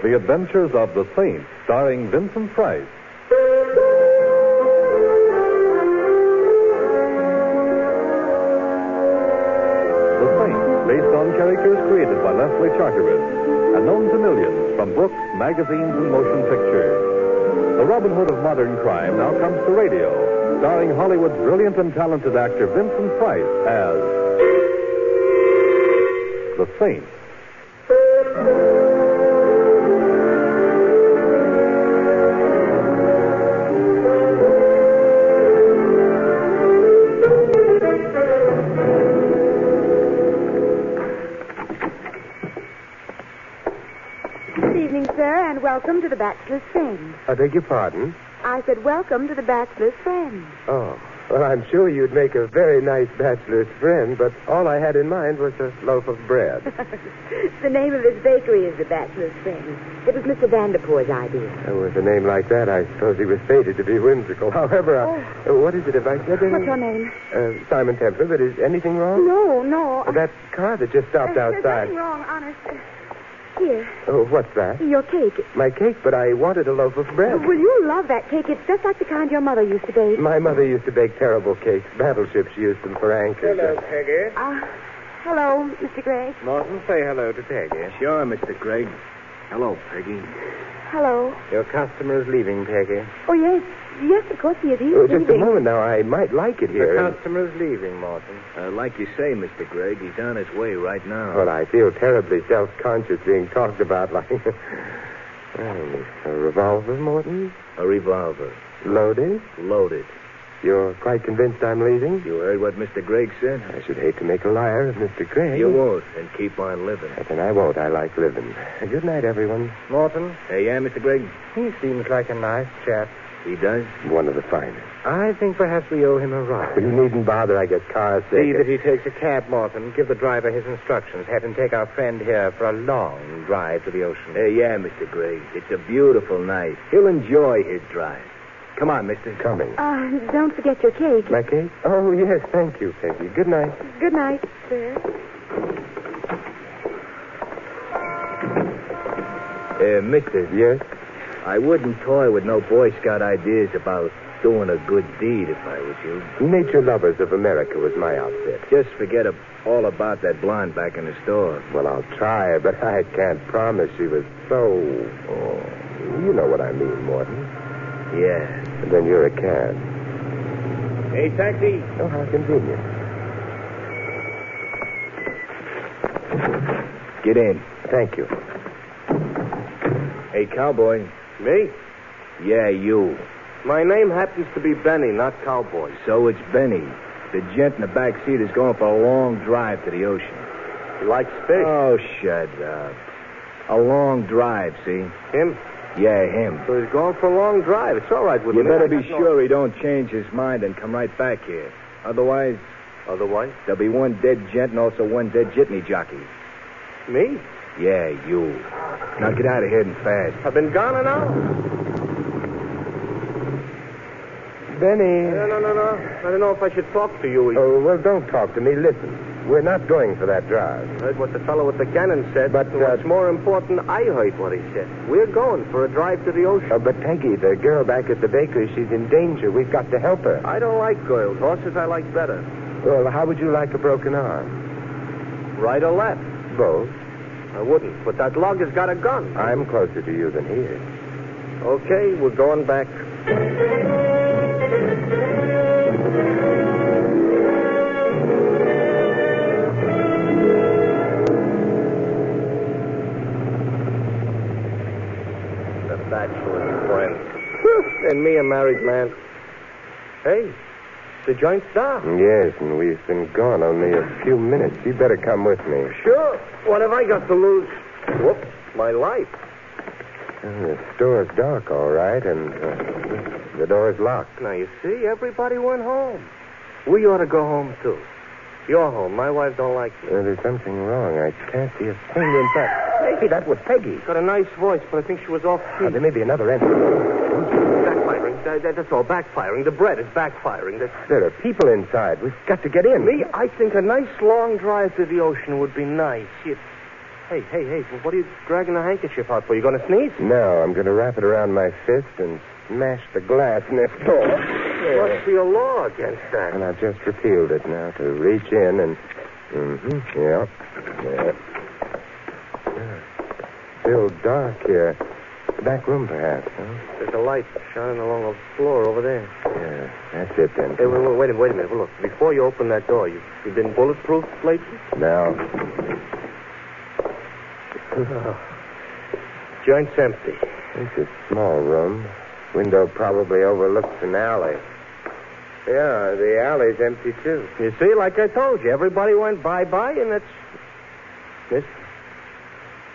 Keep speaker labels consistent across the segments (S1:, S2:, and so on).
S1: The Adventures of the Saint, starring Vincent Price. The Saint, based on characters created by Leslie Charteris and known to millions from books, magazines, and motion pictures. The Robin Hood of modern crime now comes to radio, starring Hollywood's brilliant and talented actor Vincent Price as The Saint.
S2: Good evening, sir, and welcome to the Bachelor's Friend.
S3: I beg your pardon?
S2: I said welcome to the Bachelor's Friend.
S3: Oh. Well, I'm sure you'd make a very nice bachelor's friend, but all I had in mind was a loaf of bread.
S2: the name of his bakery is the Bachelor's Friend. It was Mr. Vanderpoor's idea.
S3: Uh, With a name like that, I suppose he was fated to be whimsical. However, I, uh, what is it about your
S2: Oh. What's your name?
S3: Uh, Simon Templer, but is anything wrong?
S2: No, no.
S3: That car that just stopped
S2: There's
S3: outside.
S2: nothing wrong, honest. Here,
S3: Oh, what's that?
S2: your cake.
S3: My cake, but I wanted a loaf of bread.
S2: Will you love that cake? It's just like the kind your mother used to bake.
S3: My mother used to bake terrible cakes. Battleships used them for anchors.
S4: Hello, Peggy.
S2: Ah, hello, Mr. Gregg.
S3: Martin, say hello to Peggy.
S4: Sure, Mr. Gregg. Hello, Peggy.
S2: Hello.
S3: Your customer is leaving, Peggy.
S2: Oh, yes. Yes, of course he is. He's
S3: Oh, just a
S2: leaving.
S3: moment now. I might like it here.
S4: The
S3: customer's leaving, Martin.
S4: Uh, like you say, Mr. Gregg, he's on his way right now.
S3: Well, I feel terribly self-conscious being talked about like... well, a revolver, Morton?
S4: A revolver.
S3: Loaded?
S4: Loaded.
S3: You're quite convinced I'm leaving?
S4: You heard what Mr. Gregg said?
S3: I should hate to make a liar of Mr. Gray.
S4: You won't, and keep on living.
S3: Then I won't. I like living. Good night, everyone. Morton?
S4: Hey, yeah, Mr. Gregg?
S3: He seems like a nice chap.
S4: He does?
S3: One of the finest.
S4: I think perhaps we owe him a ride.
S3: You needn't bother. I get car sick.
S5: See that he takes a cab, Morton. Give the driver his instructions. Have him take our friend here for a long drive to the ocean.
S4: Hey, Uh, yeah, Mr. Gregg. It's a beautiful night. He'll enjoy his drive. Come on, mister.
S3: Coming.
S2: Ah, don't forget your cake.
S3: My cake? Oh, yes. Thank you, Peggy. Good night.
S2: Good night, sir.
S4: Uh, mister,
S3: Yes?
S4: I wouldn't toy with no Boy Scout ideas about doing a good deed if I was you.
S3: Nature Lovers of America was my outfit.
S4: Just forget ab- all about that blonde back in the store.
S3: Well, I'll try, but I can't promise. She was so. Oh, you know what I mean, Morton.
S4: Yeah.
S3: And then you're a cad.
S4: Hey, taxi.
S3: Oh, how convenient.
S4: Get in.
S3: Thank you.
S4: Hey, cowboy.
S5: Me?
S4: Yeah, you.
S5: My name happens to be Benny, not Cowboy.
S4: So it's Benny. The gent in the back seat is going for a long drive to the ocean.
S5: He likes fish.
S4: Oh, shut up. A long drive, see?
S5: him?
S4: Yeah, him.
S5: So he's going for a long drive. It's all right with
S4: You
S5: me.
S4: better
S5: I
S4: be
S5: got no-
S4: sure he don't change his mind and come right back here. Otherwise,
S5: Otherwise,
S4: there'll be one dead gent and also one dead jitney jockey.
S5: me?
S4: Yeah, you. Now get out of here and fast.
S5: I've been gone an hour.
S3: Benny.
S5: No, no, no, no. I don't know if I should talk to you.
S3: Oh, well, don't talk to me. Listen. We're not going for that drive.
S4: Heard what the fellow with the cannon said.
S3: But,
S4: and what's
S3: uh,
S4: more important, I heard what he said. We're going for a drive to the ocean.
S3: Oh, but Peggy, the girl back at the bakery, she's in danger. We've got to help her.
S4: I don't like girls. Horses I like better.
S3: Well, how would you like a broken arm?
S4: Right or left?
S3: Both.
S4: I wouldn't. But that log has got a gun.
S3: I'm closer to you than he is.
S4: Okay, we're going back. The bachelor's friend. and me a married man. Hey, the joint's down.
S3: Yes, and we've been gone only a few minutes. You better come with me.
S4: Sure. What have I got to lose? Whoops, my life.
S3: Well, the store's dark, all right, and uh, the door's locked.
S4: Now, you see, everybody went home. We ought to go home, too. You're home. My wife don't like me.
S3: Uh, there's something wrong. I can't see a thing in fact. Hey, that was Peggy.
S4: Got a nice voice, but I think she was off
S3: Uh,
S4: key.
S3: there may be another entrance.
S4: backfiring. That- that- that's all. Backfiring. The bread is backfiring. That's...
S3: There are people inside. We've got to get in.
S4: Me, I think a nice long drive to the ocean would be nice. It... Hey, hey, hey, what are you dragging a handkerchief out for? You going to sneeze?
S3: No, I'm going to wrap it around my fist and smash the glass in this door.
S4: What's the law against that?
S3: And I've just repealed it now to reach in and. Mm-hmm. Yeah. Yeah. Yeah. Still dark here. Back room, perhaps, huh?
S4: There's a light shining along the floor over there.
S3: Yeah. That's it, then.
S4: Hey, wait, wait, wait a minute, wait a minute. Look, before you open that door, you, you been bulletproof lately?
S3: Now,
S4: Joint's empty.
S3: it's a small room. Window probably overlooks an alley. Yeah, the alley's empty, too.
S4: You see, like I told you, everybody went bye bye, and that's. This.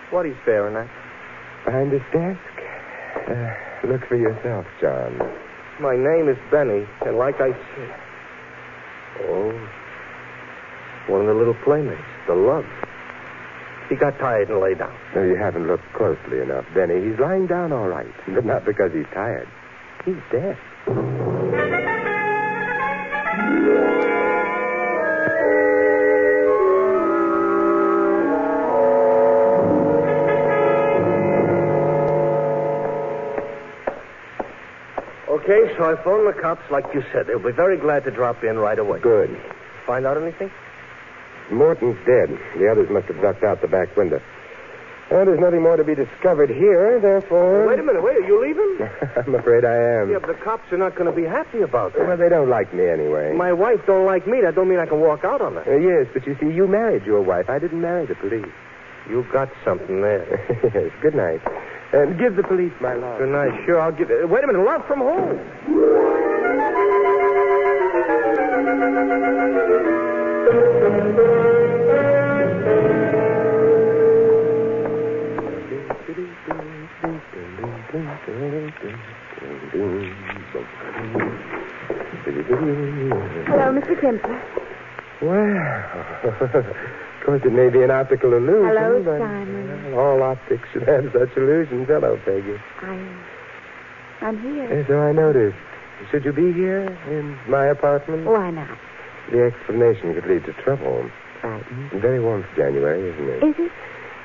S4: What he's staring at?
S3: Behind this desk? Uh, look for yourself, John.
S4: My name is Benny, and like I said. Oh. One of the little playmates, the love. He got tired and lay down.
S3: No, you haven't looked closely enough, Benny. He's lying down all right, but not because he's tired. He's dead.
S4: Okay, so I phoned the cops like you said. They'll be very glad to drop in right away.
S3: Good.
S4: Find out anything?
S3: Morton's dead. The others must have ducked out the back window. Well, there's nothing more to be discovered here, therefore.
S4: Wait a minute, wait, are you leaving?
S3: I'm afraid I am.
S4: Yeah, but the cops are not going to be happy about that.
S3: Well, they don't like me anyway.
S4: My wife don't like me. That don't mean I can walk out on her.
S3: Uh, yes, but you see, you married your wife. I didn't marry the police.
S4: You got something there.
S3: yes, good night. And give the police my love.
S4: Good night. Sure, I'll give it. Wait a minute. Love from home.
S3: Mm.
S2: Hello, Mr. Kemper.
S3: Well, of course, it may be an optical illusion.
S2: Hello,
S3: but
S2: Simon.
S3: well, all optics should have such illusions. Hello, Peggy.
S2: I'm. I'm here.
S3: And so I noticed. Should you be here in my apartment?
S2: Why not?
S3: The explanation could lead to trouble.
S2: Frightened.
S3: Very warm for January, isn't it?
S2: Is it?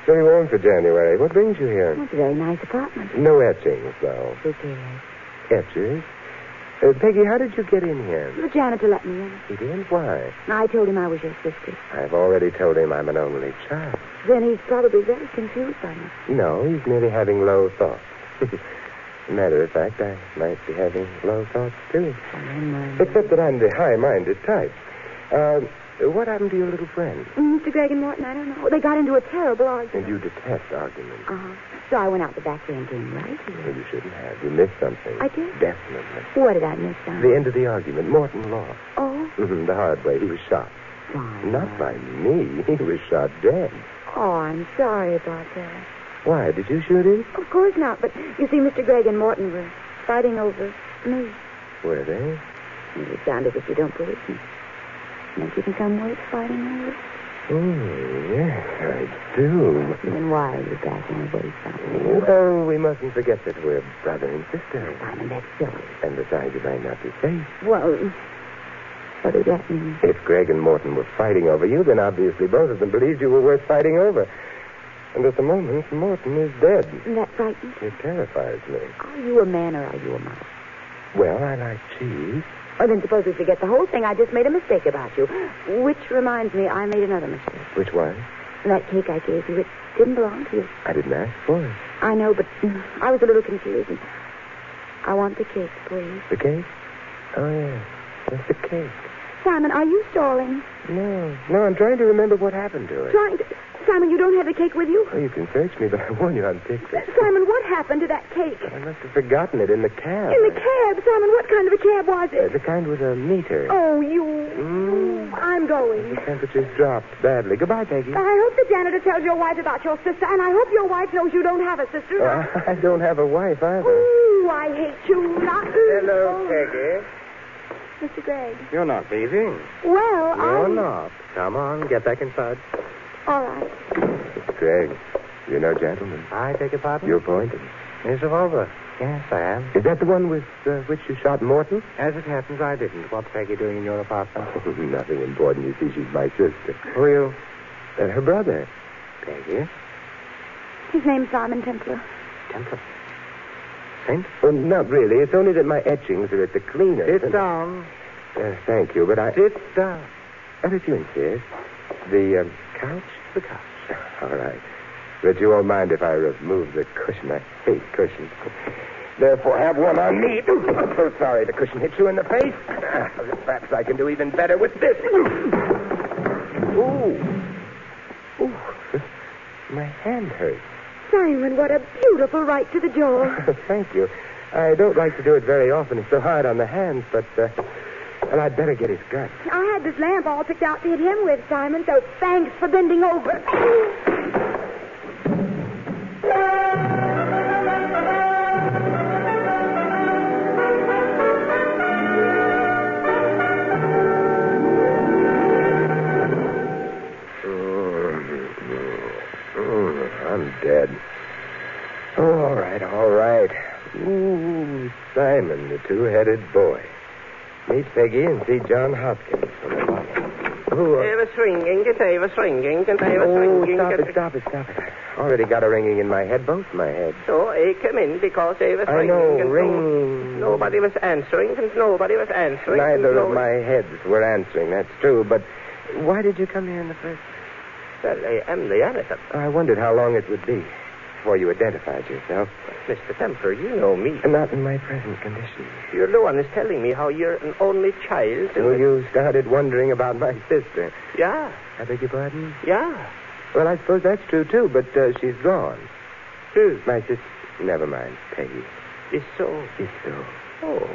S3: Very warm for January. What brings you here?
S2: Well, it's a very nice apartment.
S3: No etchings, though.
S2: Who cares?
S3: Etchers? Uh, Peggy, how did you get in here?
S2: The janitor let me in.
S3: He did? Why?
S2: I told him I was your sister.
S3: I've already told him I'm an only child.
S2: Then he's probably very confused by me.
S3: No, he's merely having low thoughts. Matter of fact, I might be having low thoughts, too. Except that I'm the high-minded type. Uh, what happened to your little friend?
S2: Mm, Mr. Gregg and Morton, I don't know. They got into a terrible
S3: And
S2: argument.
S3: you detest arguments.
S2: Uh-huh. So I went out the back way and came right here.
S3: Well, you shouldn't have. You missed something.
S2: I did?
S3: Definitely.
S2: What did I miss, Simon?
S3: The end of the argument. Morton lost.
S2: Oh,
S3: Mhm, the hard way. He was shot.
S2: Simon.
S3: Not by me. He was shot dead.
S2: Oh, I'm sorry about that.
S3: Why? Did you shoot him?
S2: Of course not, but you see, Mr. Gregg and Morton were fighting over me.
S3: Were they?
S2: And it sounded as if you don't believe me. Don't you think I'm worth fighting over?
S3: Oh, yes, I do.
S2: Then why are you backing away from me?
S3: Well, we mustn't forget that we're brother and sister.
S2: Simon, that's silly.
S3: And besides, you might not be safe.
S2: Well, What does that mean?
S3: If Greg and Morton were fighting over you, then obviously both of them believed you were worth fighting over. And at the moment, Morton is dead.
S2: Isn't that frightening?
S3: It terrifies me.
S2: Are you a man or are you a mouse?
S3: Well, I like cheese.
S2: Well, then suppose we forget the whole thing. I just made a mistake about you. Which reminds me, I made another mistake.
S3: Which was?
S2: That cake I gave you, it didn't belong to you.
S3: I didn't ask for it.
S2: I know, but mm, I was a little confused. and I want the cake, please.
S3: The cake? Oh, yeah. That's the cake.
S2: Simon, are you stalling?
S3: No. No, I'm trying to remember what happened to it.
S2: Trying to... Simon, you don't have the cake with you?
S3: Oh, you can search me, but I warn you I'm pictured.
S2: Simon, what happened to that cake?
S3: I must have forgotten it in the cab.
S2: In the cab, Simon, what kind of a cab was
S3: Uh,
S2: it?
S3: the kind with a meter.
S2: Oh, you.
S3: Mm.
S2: I'm going.
S3: The temperature's dropped badly. Goodbye, Peggy.
S2: I hope the janitor tells your wife about your sister, and I hope your wife knows you don't have a sister.
S3: Uh, I don't have a wife either.
S2: Ooh, I hate you. Not...
S3: Hello,
S2: Oh,
S3: Peggy.
S2: Mr. Gregg.
S3: You're not leaving.
S2: Well, I...
S4: Um.
S3: You're not. Come on, get back inside.
S2: All right.
S3: Greg, you're no gentleman.
S4: I take your pardon?
S3: You're pointed.
S4: Miss Revolver. Yes, I am.
S3: Is that the one with uh, which you shot Morton?
S4: As it happens, I didn't. What's Peggy doing in your apartment?
S3: Oh, nothing important. You see, she's my sister.
S4: Who are you?
S3: Oh, Uh, her brother.
S4: Peggy.
S2: His name's Simon Templar.
S4: Temple.
S3: Well, not really. It's only that my etchings are at the cleaner.
S4: Sit down.
S3: Uh, thank you, but I.
S4: Sit down.
S3: But if you insist. The um, couch?
S4: The couch.
S3: All right. But you won't mind if I remove the cushion. I hate cushions. Therefore, have one on me. I'm so sorry the cushion hit you in the face. Perhaps I can do even better with this. Ooh. Ooh. My hand hurts.
S2: Simon, what a beautiful right to the jaw.
S3: Thank you. I don't like to do it very often. It's so hard on the hands, but, uh, well, I'd better get his gun.
S2: I had this lamp all picked out to hit him with, Simon, so thanks for bending over. Oh,
S3: Mm, I'm dead. Oh, all right, all right. Ooh, Simon, the two-headed boy. Meet Peggy and see John Hopkins. Oh, uh,
S4: ringing, get Ava ringing, get
S3: oh stop it, stop it, stop it. I already got a ringing in my head, both my heads.
S4: So I came in because they was
S3: I
S4: ringing.
S3: know,
S4: and
S3: ringing.
S4: No, nobody was answering, and nobody was answering. and
S3: Neither of
S4: no-
S3: my heads were answering, that's true, but why did you come here in the first Oh,
S4: Well, I am the innocent.
S3: I wondered how long it would be before you identified yourself.
S4: Mr. Temper, you know me.
S3: Not in my present condition.
S4: You're the one is telling me how you're an only child. and-
S3: So you started wondering about my sister.
S4: Yeah,
S3: I beg your pardon?
S4: yeah.
S3: Well, I suppose that's true, too, but uh, she's gone. Who's my sister? Never mind. Peggy
S4: It's so.
S3: is so.
S4: Oh,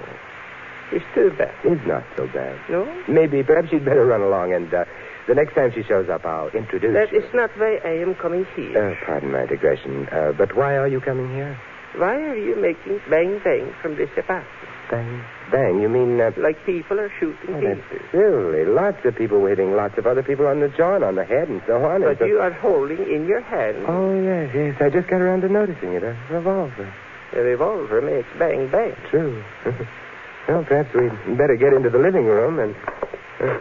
S4: it's too bad.
S3: Is not so bad.
S4: No?
S3: Maybe, perhaps you'd better run along, and uh, the next time she shows up, I'll introduce
S4: That
S3: you.
S4: is not why I am coming here.
S3: Uh, pardon my digression, uh, but why are you coming here?
S4: Why are you making bang bang from this apartment?
S3: Bang. Bang, you mean... Uh,
S4: Like people are shooting
S3: Oh,
S4: people.
S3: that's silly. Lots of people waiting, lots of other people on the jaw and on the head and so on. and
S4: But
S3: so-
S4: you are holding in your hand
S3: Oh, yes, yes. I just got around to noticing it. A revolver.
S4: a revolver makes bang bang.
S3: True. well, perhaps we'd better get into the living room and. Uh,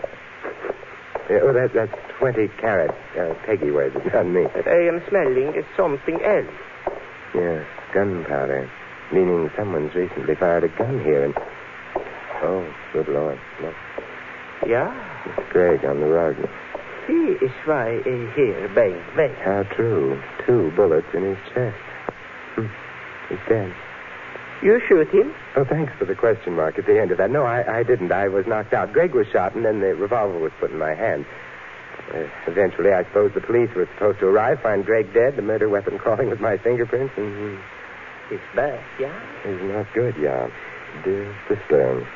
S3: yeah, oh, that, that's 20 carats. Uh, Peggy wears it, not me.
S4: What I am smelling is something else.
S3: Yes, gunpowder. Meaning someone's recently fired a gun here and. Oh, good Lord. Look,
S4: Yeah,
S3: it's Greg on the rug.
S4: he is why I hear bang bang.
S3: How true. Two bullets in his chest. Hmm. He's dead.
S4: You shoot him?
S3: Oh, thanks for the question mark at the end of that. No, I, I didn't. I was knocked out. Greg was shot, and then the revolver was put in my hand. Uh, eventually, I suppose the police were supposed to arrive, find Greg dead, the murder weapon crawling with my fingerprints, and
S4: It's bad, yeah.
S3: he's not good, yeah. Dear sister,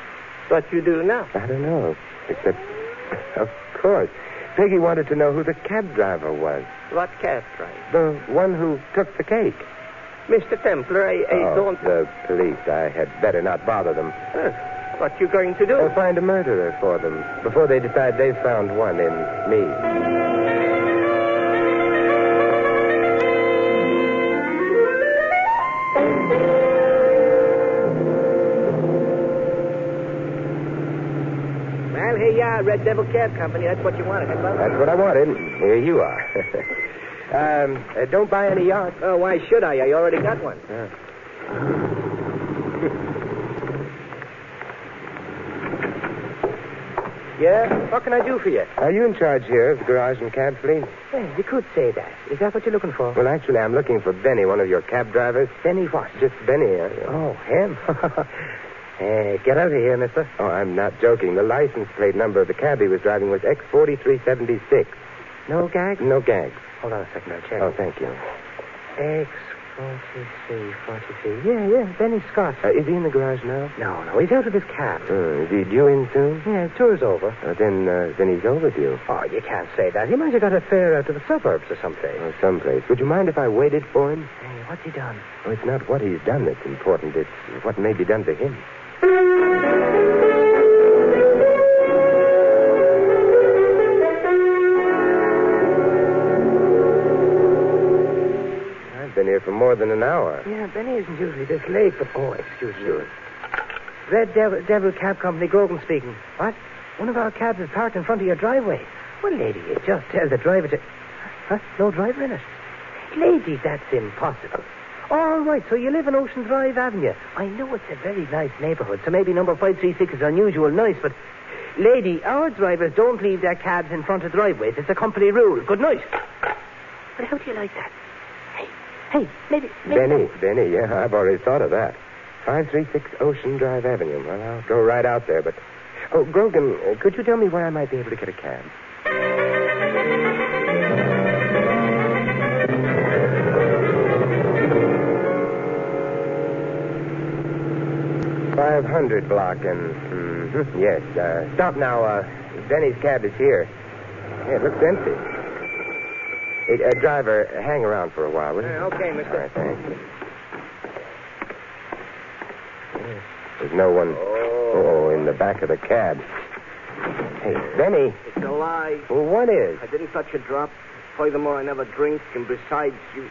S4: What you do now?
S3: I don't know. Except, of course, Peggy wanted to know who the cab driver was,
S4: What cab drive?
S3: the one who took the cake.
S4: Mr. Templar, I, I
S3: oh,
S4: don't...
S3: The police. I had better not bother them.
S4: Huh. What you going to do?
S3: They'll find a murderer for them before they decide they've found one in me.
S4: Well, here you
S6: right, Red Devil Cab Company. That's what you
S4: eh,
S6: wanted, huh, Bubba?
S3: That's what I wanted. Here you are. um, uh, don't buy any yards.
S6: Oh, why should I? I already got one.
S4: Yeah? What can I do for you?
S3: Are you in charge here of the garage and cab fleet?
S4: Well, you could say that. Is that what you're looking for?
S3: Well, actually, I'm looking for Benny, one of your cab drivers.
S4: Benny what?
S3: Just Benny. Uh,
S4: Oh, him. Eh, get out of here, mister.
S3: oh, I'm not joking. The license plate number of the cab he was driving was X4376.
S4: No gag?
S3: No gags.
S4: Hold on a second, I'll check.
S3: Oh, thank you.
S4: X, 43, 43. Yeah, yeah, Benny Scott.
S3: Uh, is he in the garage now?
S4: No, no, he's out of his cab.
S3: Uh, is he due in soon?
S4: Yeah, tour's over.
S3: Uh, then, uh, then he's overdue.
S4: Oh, you can't say that. He might have got a fare out to the suburbs or someplace.
S3: Or Uh, someplace. Would you mind if I waited for him?
S4: Hey, what's he done?
S3: Oh, it's not what he's done that's important. It's what may be done to him. I've been here for more than an hour.
S4: Yeah, Benny isn't usually this late, but... Oh, excuse me. Red Devil, Devil Cab Company, Grogan speaking. What? One of our cabs is parked in front of your driveway. Well, lady, you just tell the driver to... Huh? No driver in it? Lady, that's impossible. All right, so you live in Ocean Drive Avenue. I know it's a very nice neighborhood, so maybe number 536 is unusual nice, but... Lady, our drivers don't leave their cabs in front of driveways. It's a company rule. Good night. But how do you like that? Hey, hey, maybe... maybe
S3: Benny, Benny, yeah, I've already thought of that. 536 Ocean Drive Avenue. Well, I'll go right out there, but. Oh, Grogan, uh, could you tell me where I might be able to get a cab? Five hundred block and mhm, yes. Uh, stop now. Uh, Benny's cab is here. Yeah, it looks empty. Hey, uh, driver, hang around for a while, will you?
S6: Yeah, Uh, okay, mister.
S3: All right, thanks. There's no one. Oh, in the back of the cab. Hey, Benny.
S6: It's a lie.
S3: Well, what is?
S6: I didn't touch a drop. Furthermore, I never drink, and besides, you.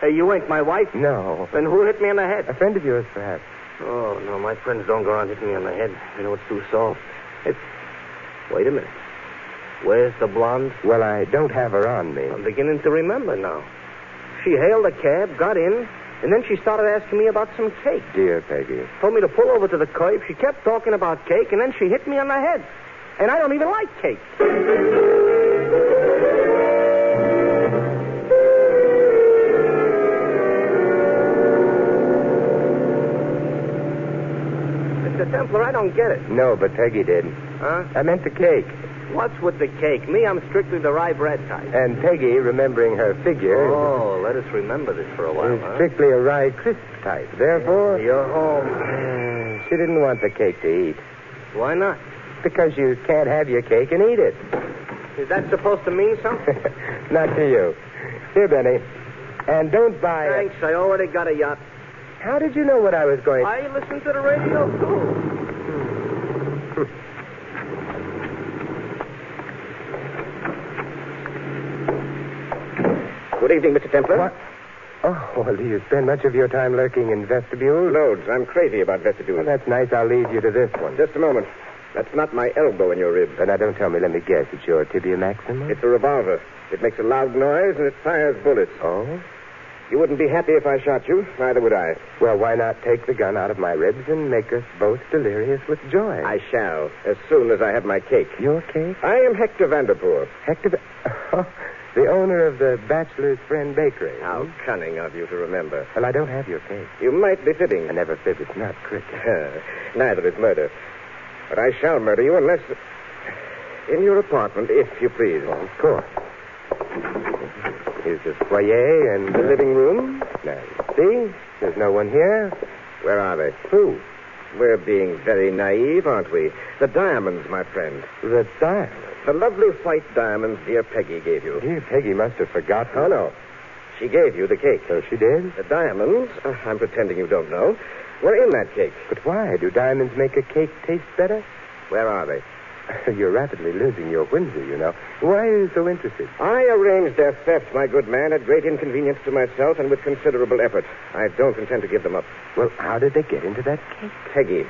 S6: Hey, you ain't my wife.
S3: No.
S6: Then who hit me in the
S3: A
S6: head?
S3: friend of yours, perhaps.
S6: Oh, no, my friends don't go around hitting me on the head. You know, it's too soft. It's... Wait a minute. Where's the blonde?
S3: Well, I don't have her on me.
S6: I'm beginning to remember now. She hailed a cab, got in, and then she started asking me about some cake.
S3: Dear Peggy.
S6: Told me to pull over to the curb. She kept talking about cake, and then she hit me on the head. And I don't even like cake. Mr. Templar, I don't get it.
S3: No, but Peggy did.
S6: Huh?
S3: I meant the cake.
S6: What's with the cake? Me, I'm strictly the rye bread type.
S3: And Peggy, remembering her figure,
S6: Oh, let us remember this for a while,
S3: is
S6: huh?
S3: strictly a rye crisp type. Therefore,
S6: You're home.
S3: Mm, she didn't want the cake to eat
S6: Why not?
S3: because you can't have your cake and eat it.
S6: Is that supposed to mean something?
S3: Not to you. Here, Benny. And don't buy. it.
S6: Thanks, I already got a yacht.
S3: How did you know what I was going?
S6: I listen to the radio too. Good evening, Mr. Templar.
S3: What? Oh, well, do you spend much of your time lurking in vestibules?
S6: Loads. I'm crazy about
S3: Well,
S6: vestibules.
S3: that's nice. I'll leave you to this one.
S6: Just a moment. That's not my elbow in your rib.
S3: But now, don't tell me. Let me guess. It's your tibia maxima.
S6: It's a revolver. It makes a loud noise and it fires bullets.
S3: Oh.
S6: You wouldn't be happy if I shot you. Neither would I.
S3: Well, why not take the gun out of my ribs and make us both delirious with joy?
S6: I shall, as soon as I have my cake.
S3: Your cake,
S6: I am Hector Vanderpool.
S3: Hector. Oh, the owner of the Bachelor's Friend Bakery.
S6: How cunning of you to remember.
S3: Well, I don't have your cake.
S6: You might be fibbing.
S3: I never fib. It's not cricket.
S6: Neither is murder. But I shall murder you unless. In your apartment, if you please.
S3: Well, of course. Here's the foyer and uh,
S6: The living room?
S3: Now, see, there's no one here.
S6: Where are they?
S3: Who?
S6: We're being very naive, aren't we? The diamonds, my friend.
S3: The diamond.
S6: The lovely white diamonds dear Peggy gave you.
S3: Dear Peggy must have forgotten.
S6: Oh, no. She gave you the cake.
S3: So she did?
S6: The diamonds, uh, I'm pretending you don't know, were in that cake.
S3: But why? Do diamonds make a cake taste better?
S6: Where are they?
S3: You're rapidly losing your whimsy, you know. Why are you so interested?
S6: I arranged their theft, my good man, at great inconvenience to myself and with considerable effort. I don't intend to give them up.
S3: Well, how did they get into that cake?
S6: Peggy.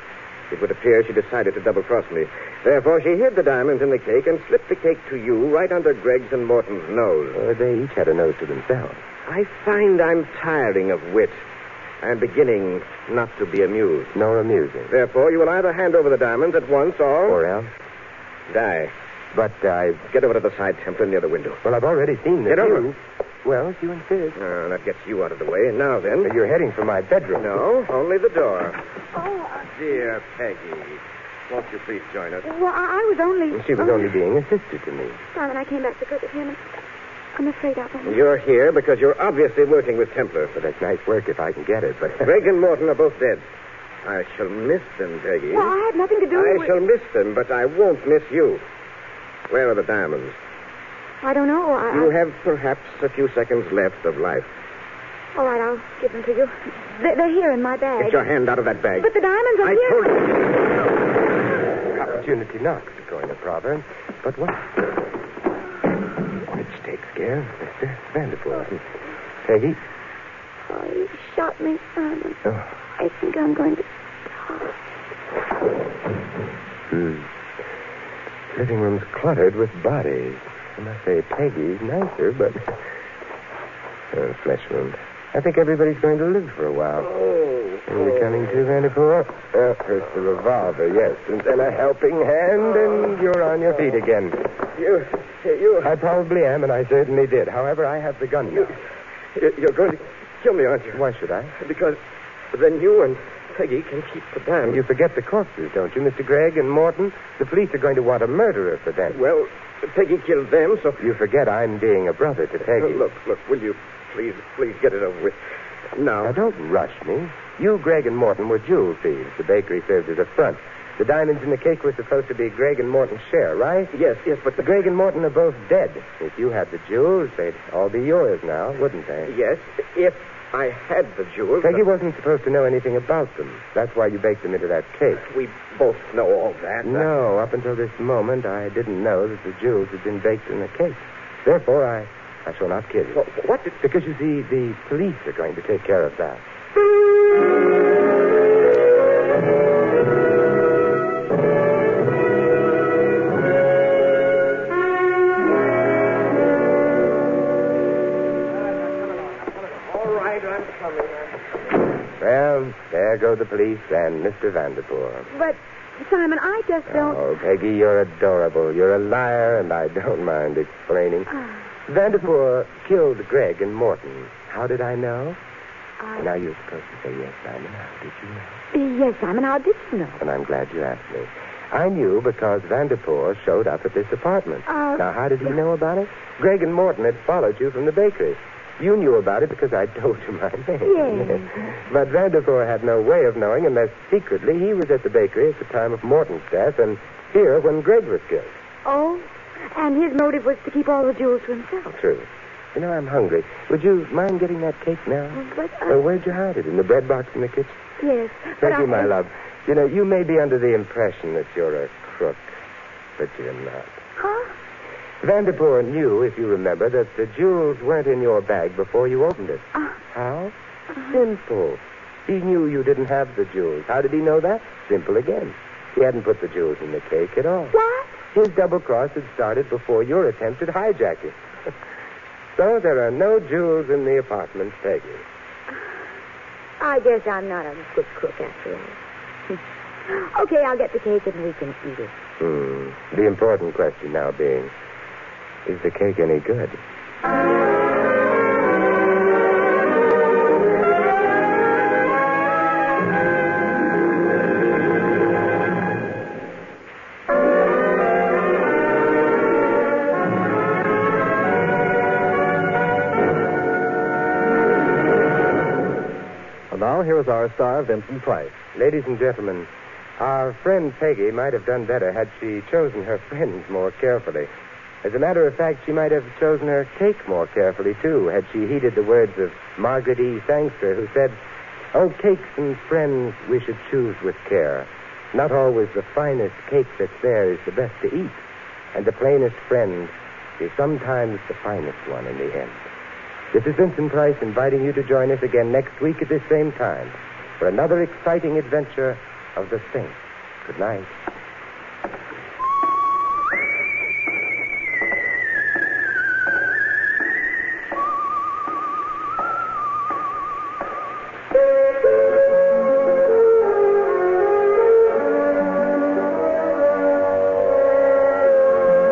S3: It would appear she decided to double cross me. Therefore, she hid the diamonds in the cake and slipped the cake to you right under Greg's and Morton's nose. Uh, they each had a nose to themselves. I find I'm tiring of wit. I'm beginning not to be amused. Nor amusing. Therefore, you will either hand over the diamonds at once or. Or else? Die. But I. Get over to the side, Templar, near the window. Well, I've already seen this. Get over. Well, if you insist. No, that gets you out of the way. Now then. You're heading for my bedroom. No, only the door.
S2: Oh,
S3: Dear Peggy, won't you please join us?
S2: well, I, I was only.
S3: She was only being a sister to me.
S2: Simon, I came back to visit him. and I'm afraid I won't.
S3: You're here because you're obviously working with Templar. Well, that's nice work if I can get it, but. Greg and Morton are both dead. I shall miss them, Peggy.
S2: Well, I had nothing to do
S3: I
S2: with
S3: shall miss them, but I won't miss you. Where are the diamonds?
S2: I don't know. I,
S3: You
S2: I-
S3: have perhaps a few seconds left of life.
S2: All right, I'll give them to you. They're, they're here in my bag.
S3: Get your hand out of that bag.
S2: But the diamonds are
S3: I
S2: here.
S3: told you. Opportunity knocks, according to Proverbs. But what? Which takes care of Mr. Vanderpool. Peggy?
S2: Oh, you shot me, Simon.
S3: Oh.
S2: I think I'm going to.
S3: Hmm. Living room's cluttered with bodies. I must say, Peggy's nicer, but. Uh, flesh wound. I think everybody's going to live for a while.
S6: Oh.
S3: Are you coming too, Vanderpool? Uh, first the revolver, yes, and then a helping hand, and you're on your feet again.
S6: You, you,
S3: I probably am, and I certainly did. However, I have the gun now.
S6: you're going to kill me, aren't you?
S3: Why should I?
S6: Because then you and Peggy can keep the
S3: And
S6: diamonds.
S3: you forget the corpses, don't you, Mr. Gregg and Morton? The police are going to want a murderer for that.
S6: Well, Peggy killed them, so.
S3: You forget I'm being a brother to Peggy.
S6: Look, look, will you please, please get it over with? Now.
S3: Now, don't rush me. You, Gregg, and Morton were jewel thieves. The bakery served as a front. The diamonds in the cake were supposed to be Gregg and Morton's share, right?
S6: Yes, yes, but
S3: But Gregg and Morton are both dead. If you had the jewels, they'd all be yours now, wouldn't they?
S6: Yes, if I had the jewels.
S3: Peggy
S6: but
S3: wasn't supposed to know anything about them. That's why you baked them into that cake.
S6: we both know all that.
S3: No, up until this moment, I didn't know that the jewels had been baked in the cake. Therefore, I, I shall not kill you.
S6: Wh- What did
S3: Because you see, the police are going to take care of that.
S6: All right, I'm coming. I'm
S3: Well, there go the police and Mr. Vanderpool.
S2: But, Simon, I just don't.
S3: Oh, Peggy, you're adorable. You're a liar, and I don't mind explaining.
S2: Uh. ah,
S3: Vanderpool killed Greg and Morton. How did I know?
S2: I-
S3: Now you're supposed to say yes, Simon. How did you know?
S2: Yes, Simon, how did you know?
S3: And I'm glad you asked me. I knew because Vanderpoor showed up at this apartment.
S2: Uh,
S3: now, how did he know about it? Greg and Morton had followed you from the bakery. You knew about it because I told you my name.
S2: Yes.
S3: but Vanderpoor had no way of knowing unless secretly he was at the bakery at the time of Morton's death and here when Greg was killed.
S2: Oh, and his motive was to keep all the jewels to himself.
S3: True. You know, I'm hungry. Would you mind getting that cake now?
S2: But,
S3: Uh,
S2: uh,
S3: where'd you hide it? In the bread box in the kitchen?
S2: yes. but
S3: Thank you,
S2: I-
S3: my love. You know, you may be under the impression that you're a crook, but you're not.
S2: Huh?
S3: Vanderpoor knew, if you remember, that the jewels weren't in your bag before you opened it.
S2: Ah.
S3: How? Simple. He knew you didn't have the jewels. How did he know that? Simple again. He hadn't put the jewels in the cake at all.
S2: What?
S3: His double cross had started before your attempt at hijacking. so there are no jewels in the apartment, Peggy.
S2: I guess I'm not a good cook after all. okay, I'll get the cake and we can eat it.
S3: Hmm. The important question now being, is the cake any good?
S1: And now here is our star, Vincent Price.
S3: Ladies and gentlemen, our friend Peggy might have done better had she chosen her friends more carefully. As a matter of fact, she might have chosen her cake more carefully, too, had she heeded the words of Margaret E. Sangster, who said, Oh, cakes and friends we should choose with care. Not always the finest cake that's there is the best to eat, and the plainest friend is sometimes the finest one in the end. This is Vincent Price inviting you to join us again next week at this same time for another exciting adventure of the Saints.
S7: Good night.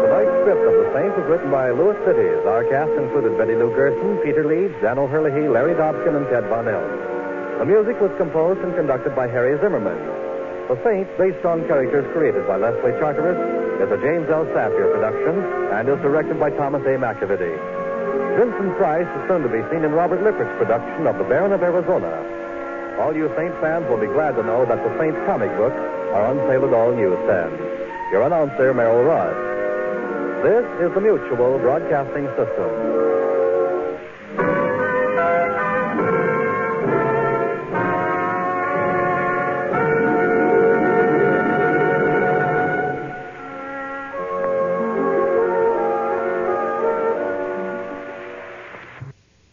S3: Tonight's script of The Saint was written by Louis Cities. Our cast included Betty Lou Gerson, Peter Leeds, Dan O'Herlihy, Larry Dobkin, and Ted Von Ells. The music was composed and conducted by Harry Zimmerman. The Saint, based on characters created by Leslie Charteris, is a James L. Safier production and is directed by Thomas A. McAvity. Vincent Price is soon to be seen in Robert Lippert's production of The Baron of Arizona. All you Saint fans will be glad to know that the Saint comic books are on sale at all newsstands. Your announcer, Merrill Ross. This is the Mutual Broadcasting System.